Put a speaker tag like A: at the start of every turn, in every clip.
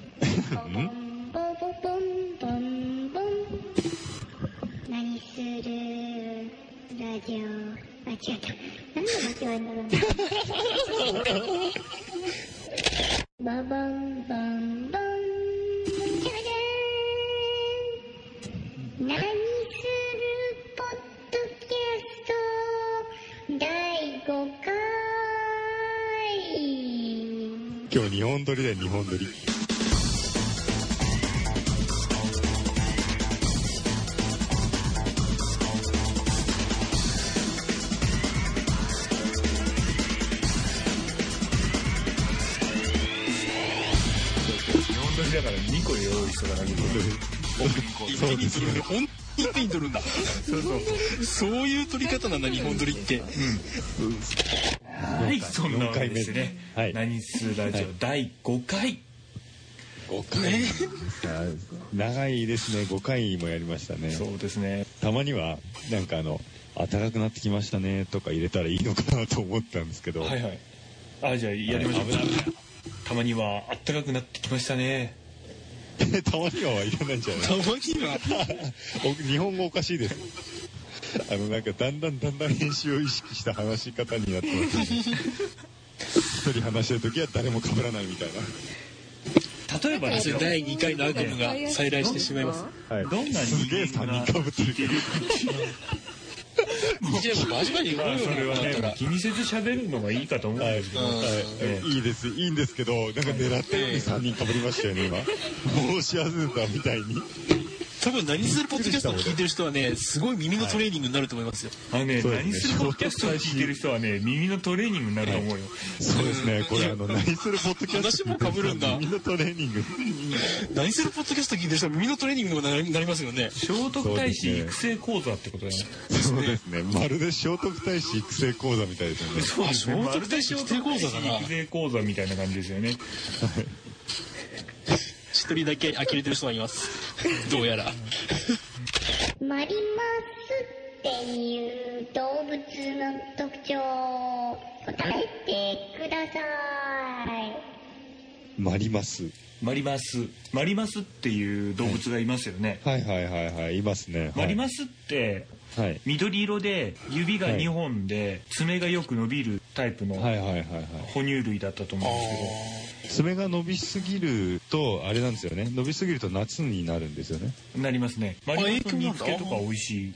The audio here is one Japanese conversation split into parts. A: ボボボン
B: ん
A: ボンボン何するラジオあ違った何で間違えんだろうなボボンボンボンじゃじゃーん何するポッドキャスト第5回
B: 今日日本撮りだよ日本撮り
C: 日本撮りだから2個用意しとかなきゃいけない
D: 一気に取る本当に一気に取るんだ
C: そうそう
D: そういう取り方なんだ日本取りって
C: はいそんなわけですね
B: 四回目はい
C: 何するラジオ
B: はい
C: 第5回
D: 5回
B: 長いですね5回もやりましたね
C: そうですね
B: たまにはなんかあの暖かくなってきましたねとか入れたらいいのかなと思ったんですけど、
C: はいはいあじゃあやりましょう
B: 危ない危ない
C: たまにはあったかくなってきましたね
B: たまにははいらないんじゃない
D: たまには
B: お日本語おかしいですあのなんかだんだんだんだん編集を意識した話し方になってます ね一人話してる時は誰も被らないみたい
C: 例えばですよ
D: 第2回の悪夢が再来してしまいます
B: な、はい、
C: どんな
B: すげえ
C: 人間
B: 3
C: が
B: 人被ってるけど
D: 一年も真面目に
C: まあ
D: 動
C: そ
D: く
C: れ
D: よう
C: は
D: になった
C: ね
D: ら
C: 気にせず喋るのがいいかと思うん
B: は
C: で
B: い
C: すけど
D: ん
B: はいいいですいいんですけどなんか狙ったように3人かぶりましたよね今申し合わせたみたいに
D: 多分何するポッドキャストを聞いてる人はねすごい耳のトレーニングになると思いますよ
C: あのね
B: そうですね
C: 何するポッドキャストを聞いてる人はね耳のトレーニングになると思うよ
B: そうですねこれあの何するポッドキャスト
D: 話も被るんだ
B: みんなトレーニング
D: 何するポッドキャスト聞いてる人は耳のトレーニングにもなりなりますよね
C: 聖徳太子育成講座ってことだよね
B: そうですねまるで聖徳太子育成講座みたいですよね
D: そうですねまるで指定講座だな
C: 育成講座みたいな感じですよね
D: 一人だけ呆れてる人がいますどうやら
A: マリマスっていう動物の特徴答えてください
B: まります
C: マリマスマリマスっていう動物がいますよね、
B: はいはいはいはいいますね
C: マリ
B: す
C: マスって
B: はい
C: 緑色で指が
B: はい
C: 2本で爪がよく伸びるタイプの
B: はいはいはいはい
C: 哺乳類だったと思うんですけど、
B: 爪が伸びすぎるとあれなんですよね伸びすぎると夏になるんですよね
C: なりますねマリマスの煮付けと
D: あ
C: か美味しい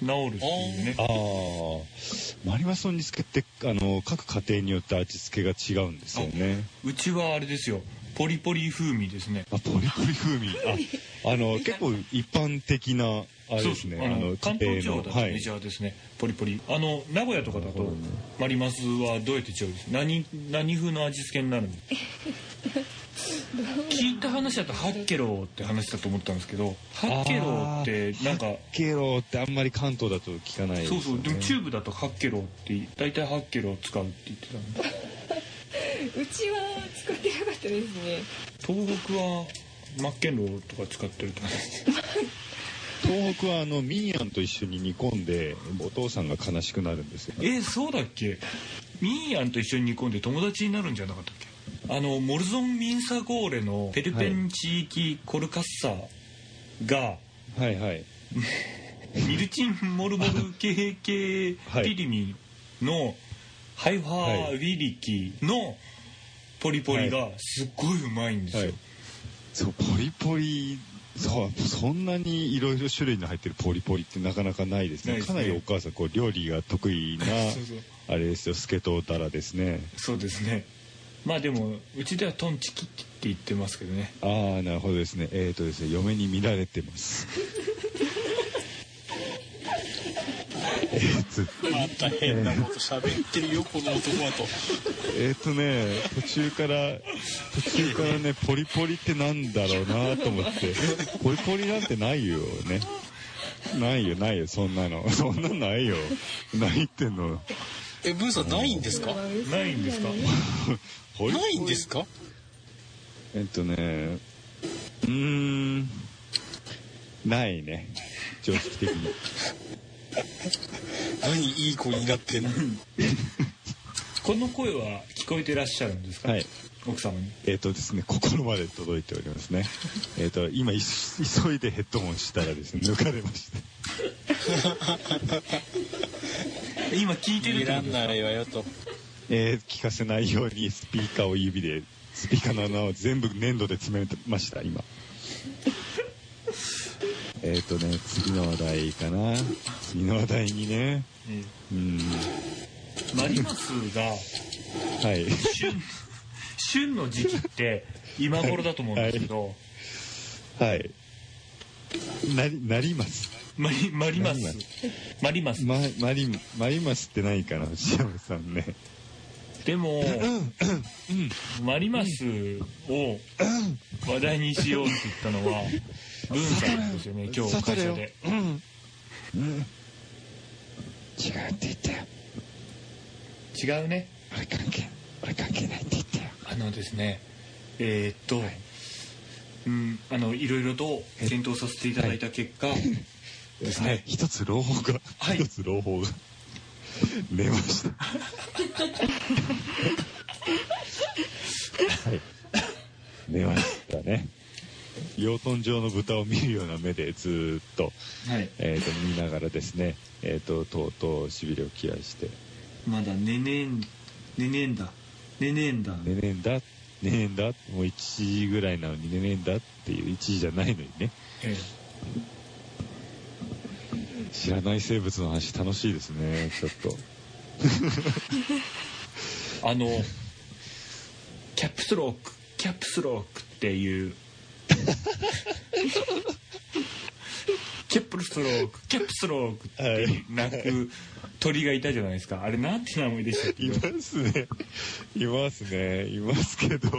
C: 治るっていうね
B: ああマリマスの煮付けってあの各家庭によって味付けが違うんですよね
C: うちはあれですよポリポリ風味ですね
B: あポリポリ風味ああの結構一般的なあれですね
C: そうあの関東地方だと
B: は
C: メ
B: い
C: ジャーですね、ポリポリあの名古屋とかだ
B: なるほ
C: と
B: どね
C: マリマスはどうやって違うんです何何風の味付けになるの聞いた話だとハッケローって話だと思ったんですけどハッケローってなんか
B: ケロってあんまり関東だと聞かないです
C: そ
B: よね
C: うそうでもチューブだとハッケローって大体ハッケロー使うって言ってたんで
E: うちは使ってなかったですね。
C: 東北はマッケンローとか使ってると思います
B: 東北はあのミーアンと一緒に煮込んでお父さんが悲しくなるんですよ
C: えそうだっけミーヤンと一緒に煮込んで友達になるんじゃなかったっけあのモルゾン・ミンサゴーレのペルペン地域コルカッサが、
B: はいはい
C: ミルチン・モルモル KK
B: はい
C: ピリミのハイファー・ウィリキのポリポリがすっごいうまいんですよ、
B: はいそうポリポリそうそんなにいろいろ種類の入ってるポリポリってなかなかないですね
C: ないです
B: か
C: ね
B: なりお母さんこう料理が得意な
C: そうそう
B: あれですよスケトウダラですね
C: そうですねまあでもうちではトンチキって言ってますけどね
B: ああなるほどですねえっ、ー、とですね嫁に見られてます
D: また変なこと喋ってるよこの男はと
B: えっ、とね途中から途中からねポリポリってなんだろうなと思ってポリポリなんてないよねないよないよそんなのそんなのないよないってんの
D: えブーさんないんですか
C: ないんですか
B: ポリポリ
D: ないんですか
B: えっとねうーんないね常識的に
D: 何いい子になってんの
C: この声は聞こえてらっしゃるんですか、
B: はい
C: 奥様に
B: えっ、とですね、心まで届いておりますね。 えっ、と、今、い急いでヘッドホンしたらですね、抜かれました。
C: 今聞いてる
D: い
C: って
D: ら
C: こと
D: ん
C: ですか
D: ないわよと。
B: えー聞かせないようにスピーカーを指で、スピーカーの穴を全部粘土で詰めました、 今。えっとね、次の話題かな。次の話題にね。うん。
C: マリマスが
B: はい。
C: 旬旬の時期って今頃だと思うんですけど、
B: はい。なり、なります。
C: マリマリマス
B: マリ
C: マリマス
B: ま、まり、まりますって何かな、藤山さんね。
C: でもマリマスを話題にしようって言ったのは文さんなんですよね今日会社で
B: 違うって言ったよ。
C: 違うね
B: 俺関係、俺関係ないって言ったよ。
C: あのですねえーっと、うんあのいろいろと検討させていただいた結果、ですね
B: はい、一つ朗報が、
C: はい
B: 一つ朗報が出ましたはい出ましたね養豚場の豚を見るような目でずーっと,、
C: はい、
B: えー、と見ながらですね、えー、ととうとうしびれを切らして
C: まだ寝ねえん寝ねえんだ寝ねえんだ
B: 「寝ねえんだ寝ねえんだ」もう1時ぐらいなのに「寝ねえんだ」っていう1時じゃないのにね
C: え
B: 知らない生物の話楽しいですねちょっと
C: えあのキャップスロークキャップスロークっていうキャップスロークキャップスロークって鳴く鳥がいたじゃないですかあれなんて名前でしたっけ
B: いますね。いますね。いますけど。
F: ど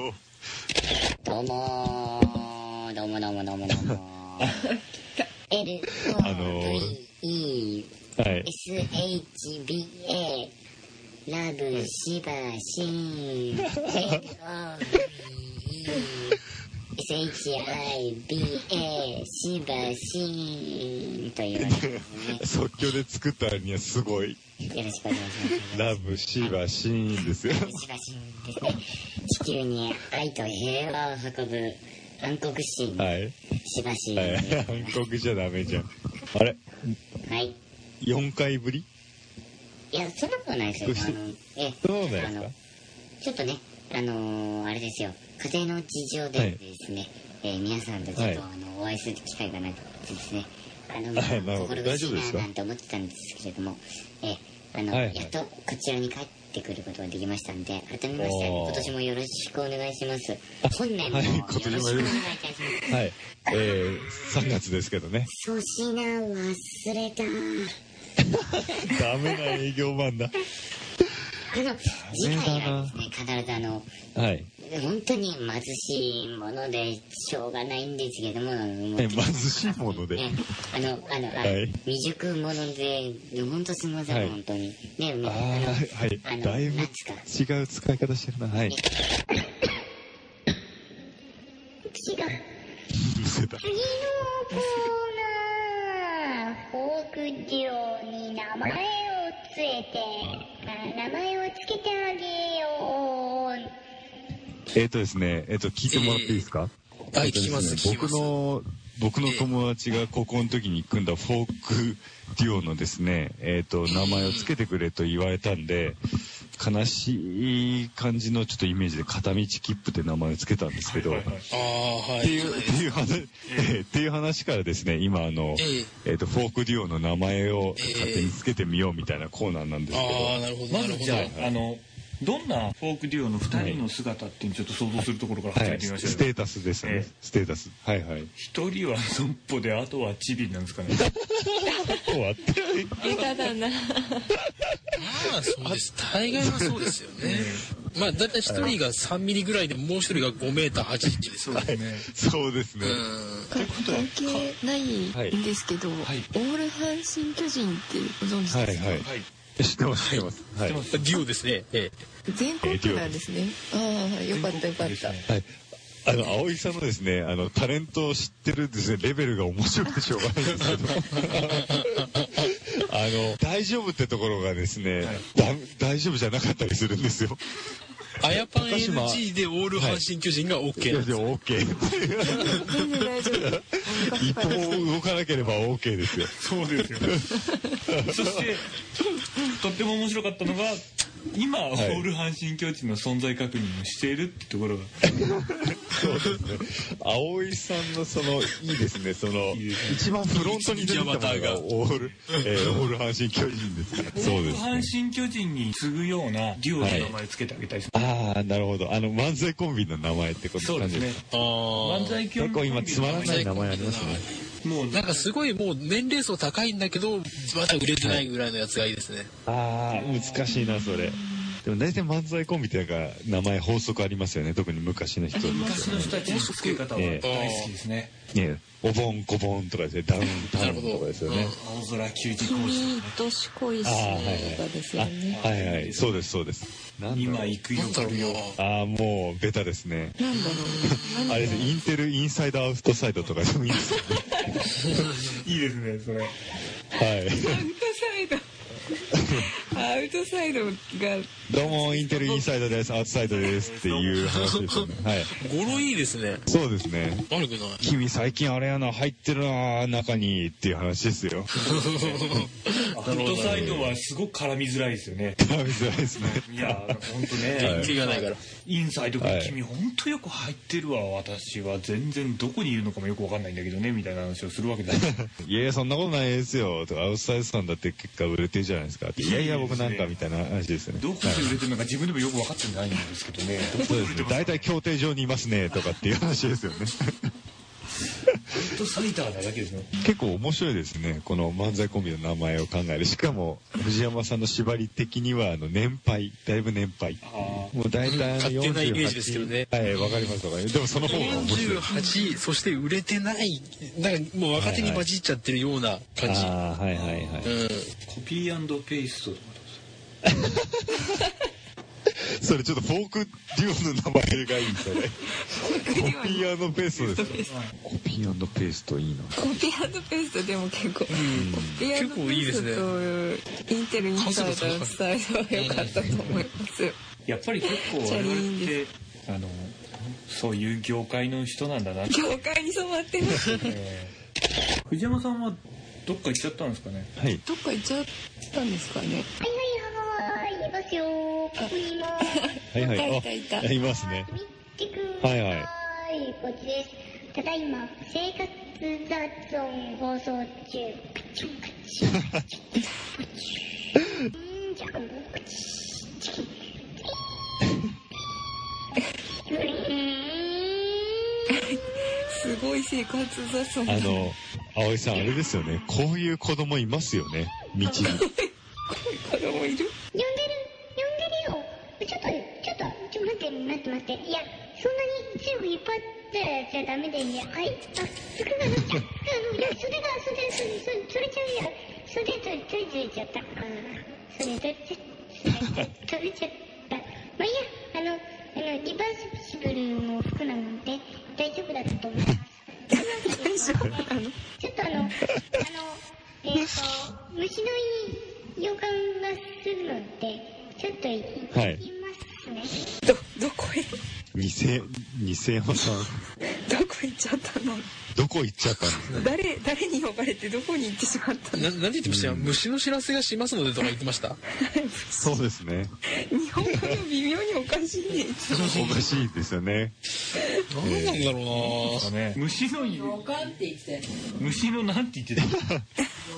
F: うもー、どうもどうもどうもど うもー。L, O,
B: あの
F: V, E,
B: はい。
F: S, H, B, A. ラブ、シバ、シン。L, O, V, E. S, H, I, B, A. シバ、シン。というわけで
B: 即興で作ったにはすごい。
F: すね。よろしくお願いします。
B: ラブ、シーバ、シーンですよ。
F: しばしですね地球に愛と平和を運ぶ暗黒神、
B: はい。
F: しばし、
B: は。
F: はいい、
B: 韓国じゃダメじゃん。あれ
F: い、
B: ?4 回ぶり
F: やそんなことないです
B: 少
F: よ
B: し
F: あのえ
B: そうな
F: あ
B: んです
F: の
B: か
F: ちょっとねあのーあれですよ家庭の事情でですね、えー皆さんとちょっと、
B: は
F: あのお会いする機会がなくてですねあの、
B: はいなるほど
F: 心
B: 大
F: 苦
B: 丈
F: し
B: 夫です
F: い
B: か
F: ななんて思ってたんですけれども、えーあの
B: はいはい
F: やっとこちらに帰ってくることができましたんで改めまして
B: おー
F: 今年もよろしくお願いします本年も
B: はい
F: よろ
B: 今
F: しくお
B: 年
F: 願
B: も
F: いし
B: よろしく
F: ます
B: はい。えー、3月ですけどね。
F: 粗品忘れた
B: ダメな営業マンだ。
F: あの次回はですね必ずあの
B: はい。
F: 本当に貧しいものでしょうがないんですけどももう
B: え貧しいもので。
F: ねあのあの、あ
B: はい
F: 未熟者で本当すみません、
B: はい
F: 本当にね
B: ああ、はい。
F: あの
B: だいぶ違う
F: な
B: ん
F: つうか
B: 使い方してるな。はい。
F: 次が
B: 見せた。
F: 次のコーナーフォークデュオに名前をつけてあ名前をつけてあげよう
B: えっ、とですね、えっ、と、聞いてもらっていいですか、
D: えーはい聞きます
B: えーとですね
D: 聞きま
B: 僕
D: す
B: の、僕の友達が高校の時に組んだフォークデュオのですね、えっ、と、名前を付けてくれと言われたんで、悲しい感じのちょっとイメージで片道切符って名前を付けたんですけど、
C: はいはい
D: ああ、は
B: っていう、っていう話、えーっていう話からですね、今あの、
D: え
B: えっ、と、フォークデュオの名前を勝手に付けてみようみたいなコーナーなんですけど、
D: あ、なるほ
C: まずじゃ
B: はいはい
C: ああのどんなフォークデュオの2人の姿っていうのをちょっと想像するところから始
B: は
C: め
B: い、
C: てみましょ
B: ス
C: うよ
B: テータスですよね、
C: ええ
B: ステータス。はいはい。
C: 一人はそっぽであとはチビなんですかね
B: 終わった。
E: ベタだな。
D: まあ、そうです。大概はそうですよね。まあ、だいたい一人が3ミリぐらいで、もう一人が5メーター8インチですから。
C: ね
B: そうですね。
D: う
E: 関係ないんですけど、
C: い
E: オール阪神巨人ってご存知
B: はい
E: ですか、
B: はい。
C: はい
B: 知ってます、知ってます。はい。
C: 知って
D: ん。デュオですね。え
E: 全国区なんですね。ああ、よかったよかった。
B: はい。あの、葵さんのですね、あの、タレントを知ってるですね、レベルが面白くてしょうがないんですけど。 あの、大丈夫ってところがですね、だ大丈夫じゃなかったりするんですよ。
D: あやパン
B: 高島
D: NG でオール阪神巨人が OK
B: い
D: な
B: や
D: ん
B: じ
D: で
B: ゃ
D: す
B: あ OK
E: 全然大丈夫。
B: 一歩も動かなければ OK ですよ
C: そうですよそしてとっても面白かったのが今、オ
B: い
C: ール阪神巨人の存在確認をしているってところが
B: 葵さんのそのいいですねその
C: いいです
B: 一番フロントに出てきたものが
D: 一日アバターが
B: オール、えーオール阪神巨人ですねそうです
C: 阪
B: ね
C: 神巨人に次ぐようなデュオの名前つけてあげたいです、
B: ああなるほどあの漫才コンビの名前ってこと
C: そうですね
D: あ
C: 漫
D: ー
C: 才協
B: 結
C: 力コ
B: 構
C: ンビの
B: 今つまらない名前ありますね
C: もう
D: なんかすごいもう年齢層高いんだけどまだ売れてないぐらいのやつがいいですね、
B: ああ難しいなそれでも大体漫才コンビってなんか名前法則ありますよね特に昔の人って
C: 昔の人たちの付け方は大好きですね
B: ねお盆こぼんとかですねダウンタウンとかですよね
C: 青空球児コーチ
G: 君とし恋す
B: ああはい
G: るとかですよね。
B: はいはいはいそうですそうですなんだろ
C: 今
B: う
C: 行くよ
D: なんだろうな
B: ああもうベタですね
G: なんだろうな。
B: あれですインテルインサイドアウトサイドとかでもいいですよね
C: いいですねそれ
B: は
E: アウトサイド。アウトサイドが
B: い どうもインテルインサイドですアウトサイドですっていう話ですよねはい
D: 語呂いいですね
B: そうですね
D: 悪くない
B: 君最近あれやな入ってるな中にっていう話ですよ
C: アウトサイドはすごく絡みづらいですよね
B: 見づらいですね
C: いや本当ね
D: 気がないから
C: インサイドか
B: は
C: ら
B: い
C: 君本当よく入ってるわ私は全然どこにいるのかもよくわかんないんだけどねみたいな話をする わけだ
B: いやいやそんなことないですよとかアウトサイドさんだって結果売れてるじゃないですかっていやいや僕なんかみたいな話ですよね
C: どこで売れてるのか自分でもよく分かってないんですけどね
B: そうですね大体協定上にいますねとかっていう話ですよね
C: アウトサイダーなだけですよ
B: 結構面白いですねこの漫才コンビの名前を考えるしかも藤山さんの縛り的にはあの年配だいぶ年配
C: あ
B: もう大体
D: 勝手なイメージですけどね
B: はいわかりますわかりますでもその方が面白い
D: 48そして売れてないなんかもう若手に混じっちゃってるような感じ、
B: ああはいはいはい
D: うん
C: コピーペーストとか
B: それちょっとフォークデュオの名前がいいそれ
E: 国には
B: コピーペーストですすコピーペーストいいな
E: コピーペーストでも結構、コピー
D: 結構いいですね
E: ペーストとインテルインサイドアウトサイドは良かったと思いますよ
C: やっぱり結構我々ってあのそういう業界の人なんだなって、
E: 業界に染まっ てます
C: えー藤山さんはどっか行っちゃったんですかね
B: はい
G: どっか行っちゃったんですかね。
A: はいはい、はい、いますよ。ここにいます。
B: はいはい
G: いたいたいた
B: あいますね
A: 見てくださ
B: はい
A: い。
B: はい
A: こっちです。ただいま、生活雑音放送中。カチュンカチュンカチュンカチュン。んーじゃあ、もう、カチュンチキン。チキンうーん
E: すごい生活雑音
B: あの葵さんあれですよねこういう子供いますよね道に
E: 子供いる
A: 呼んでる呼んでるよちょっとちょっとちょっと待って待って待っていやそんなに強く引っ張ってちゃダメでいやはいあ服が脱っちゃうあのいや袖が袖袖袖取れちゃうや袖取れ取れ取れちゃったあー袖取れちゃった取れちゃったまあいいやあのあのリバーシブルの服なので大丈夫だと思います大丈夫ちょっとあの、あの、えっ、と、虫の予感がするので、ちょっと行
B: はい
A: きますね。
E: どどこへ
B: 偽偽山さん
E: どこ行っちゃったの
B: どこ行っちゃったんですか
E: 誰誰に呼ばれてどこに行ってしまったの
D: ななんて言ってましたよ、虫の知らせがしますのでとか言ってました
B: そうです ね
E: 日本語が微妙におかし いね
B: おかしいですよね
D: 何なんだろう
C: あね虫の
G: 予感って言ってたよね。
C: 虫のなんて 言ってた
G: 予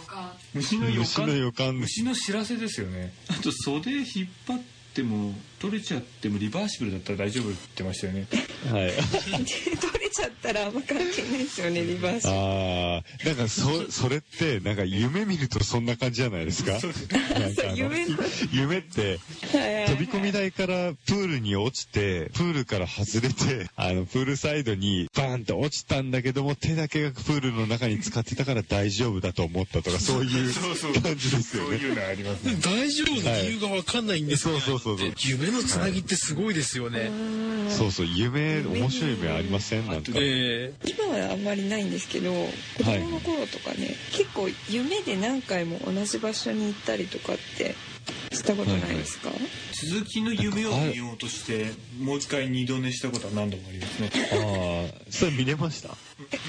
G: 感。
C: 虫の予
B: 虫の
C: 感
B: 予感です
C: 虫の知らせですよねあと袖引っ張っても取れちゃってもリバーシブルだったら大丈夫って言ってましたよね
B: はい
E: 取れちゃったらあんま関係ないですよねリバーシ
B: ああなんかそそれってなんか夢見るとそんな感じじゃないですかなんかあの
E: 夢の
B: 夢って飛び込み台からプールに落ちてプールから外れてあのプールサイドにバーンと落ちたんだけども手だけがプールの中に使ってたから大丈夫だと思ったとかそういう感じですよね
C: うのありますね
D: 大丈夫な理由が分かんないんですよ、
B: はいそうそうそうそう
D: だって夢のつなぎってすごいですよね、
B: そうそう夢面白い夢ありませんなんか
D: ええ
E: 今はあんまりないんですけど子供の頃とかね、結構夢で何回も同じ場所に行ったりとかってしたことないですか
C: 続きの夢を見ようとしてもう一回二度寝したことは何度もありますね
B: ああそれ見れました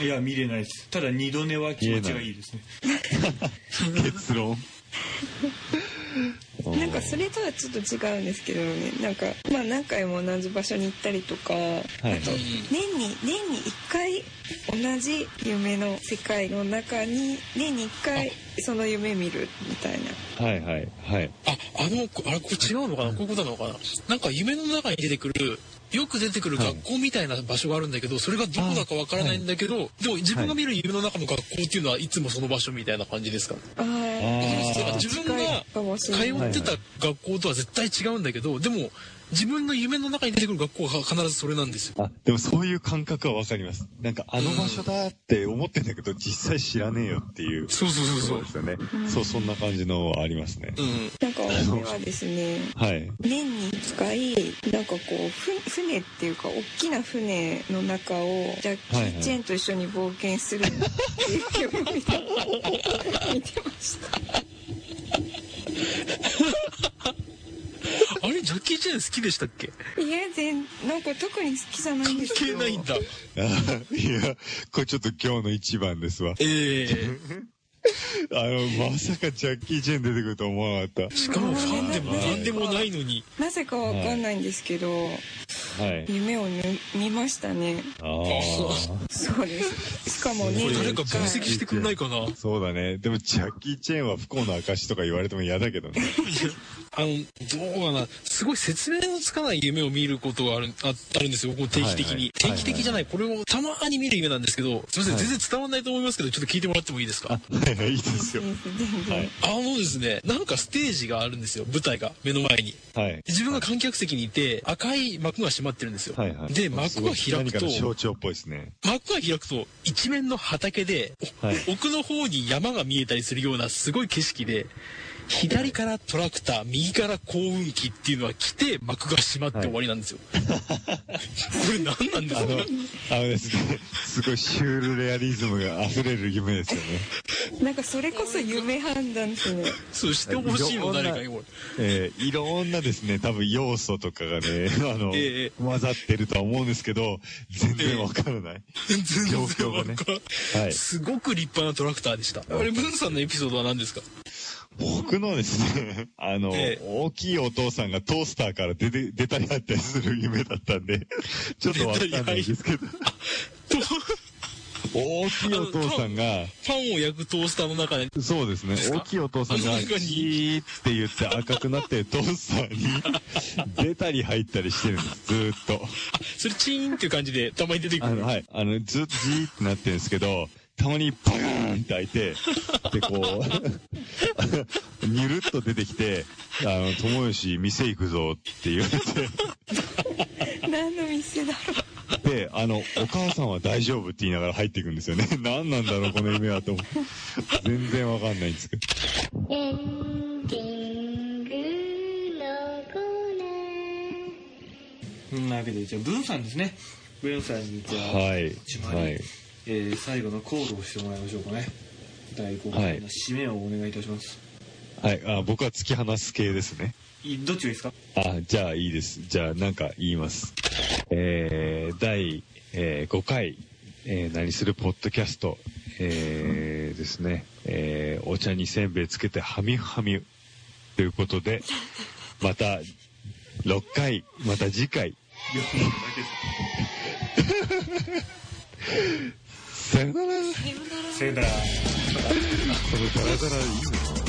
C: いや見れないですただ二度寝は気持ちがいいですね
B: 結論
E: なんかそれとはちょっと違うんですけどねなんかまあ何回も同じ場所に行ったりとか、
B: はい
E: あと年に年に1回同じ夢の世界の中に年に1回その夢見るみたいな
B: はいはいはい
D: あ、あの、こあれ、これ違うのかなこういうことなのかななんか夢の中に出てくる、よく出てくる学校みたいな場所があるんだけど、それがどこだかわからないんだけど、でも自分が見る夢の中の学校っていうのはいつもその場所みたいな感じですか
E: あー
B: あ
D: だから自分
E: 近
D: が
E: いかもし
D: 通
E: れない
D: ってた学校とは絶対違うんだけど、でも自分の夢の中に出てくる学校が必ずそれなんですよ。
B: あでもそういう感覚はわかりますなんかあの場所だって思ってんだけど実際知らねえよっていう
D: そうそうそうそう。
B: ですよねそうそんな感じのはありますね
D: うん。
E: なんか私はですね
B: はい
E: 年に1回なんかこうふ船っていうか大きな船の中をジャッキー・チェンと一緒に冒険するっていう夢を見た見てました
D: あれ、ジャッキー・チェン好きでしたっけ
E: いや全なんか特に好きじゃないんですけ
D: 消え
E: ど
D: ないんだ。
B: あいやこれちょっと今日の一番ですわ
D: ええ
B: あのまさかジャッキー・チェン出てくると思わなかっ
D: しかもファンでも何でもないのに。
E: なぜかわかんないんですけど、
B: たはい
E: 夢をぬ見ましたね
B: ああ
E: そうですしかも
D: こ
E: 年
D: れ
E: に
D: 誰か分析
E: 1回
D: してくんないかな
B: そうだね。でも、ジャッキー・チェーンは不幸の証とか言われても嫌だけどね。
D: あの、どうかな。すごい説明のつかない夢を見ることがある、ああるんですよ。こう定期的に。
B: はいはい
D: 定期的じゃない。これをたまに見る夢なんですけど、すいません。
B: はい
D: 全然伝わらないと思いますけど、ちょっと聞いてもらってもいいですか
B: はいはい、いいですよ。はい。
D: あのですね、なんかステージがあるんですよ。舞台が。目の前に。
B: はい。
D: 自分が観客席にいて、赤い幕が閉まってるんですよ。
B: はいはい。
D: で、幕が
B: すごい
D: 開
B: 何
D: く
B: か
D: と
B: の、象徴っぽいですね。
D: 幕が開くと、一面の畑で、お
B: はい
D: 奥の方に山が見えたりするようなすごい景色で、左からトラクター、右から幸運機っていうのは来て、幕が閉まって終わりなんですよ。 これ何なんです
B: あ
D: か
B: の、あのですね、 すごいシュールレアリズムが溢れる夢ですよ ね。
E: なんかそれこそ夢判断ですね
D: そうしてほしいの誰かにこれ。
B: えーいろんなですね、多分要素とかがね、あの、
D: ええ
B: 混ざってるとは思うんですけど、全然わからない。
D: 全然わ
B: 状況
D: か
B: が
D: ん
B: ね
D: な。
B: はいい
D: すごく立派なトラクターでした。あれ、ブンさんのエピソードは何ですか
B: 僕のですね、 あの、
D: ええ
B: 大きいお父さんがトースターから出て、出たりあったりする夢だったんで、ちょっとわかんないですけど、
D: と
B: 大きいお父さんが、
D: パンを焼くトースターの中で、
B: そうですね、大きいお父さん
D: あ
B: が、
D: の
B: ジ
D: 中に
B: ーって言って赤くなってるトースターに出たり入ったりしてるんです、ずーっと。
D: それチーンっていう感じでたまに出てく
B: あ
D: る
B: の、。はい、あの、ずっとじーってなってるんですけど、たまにバカーンって開いて、で、こう、 にゅるっと出てきて、あの、友吉店行くぞって言われて、
E: 何の店だ
B: で、あの、お母さんは大丈夫って言いながら入っていくんですよね。 何なんだろう、この夢はと思う。全然わかんないんですけど。
A: エンディングのコーナー
C: そんなわけでじゃあブンさんですねブンさんにじゃあ、
B: はい。
C: 一番
B: はい。
C: えー最後のコールをしてもらいましょうかね第5
B: は
C: 回
B: い
C: の締めをお願いいたします、
B: はい。あ、僕は突き放す系ですね。
C: い、どっちがいいですか
B: あ、じゃあいいです。じゃあなんか言います。えー、第、えー5回、えー何するポッドキャスト、えーですね、えーお茶にせんべいつけてはみはみということで、また6回、また次回、
C: いやもうだけです
B: さよなら。
C: さよなら
B: このダラダラいいのかな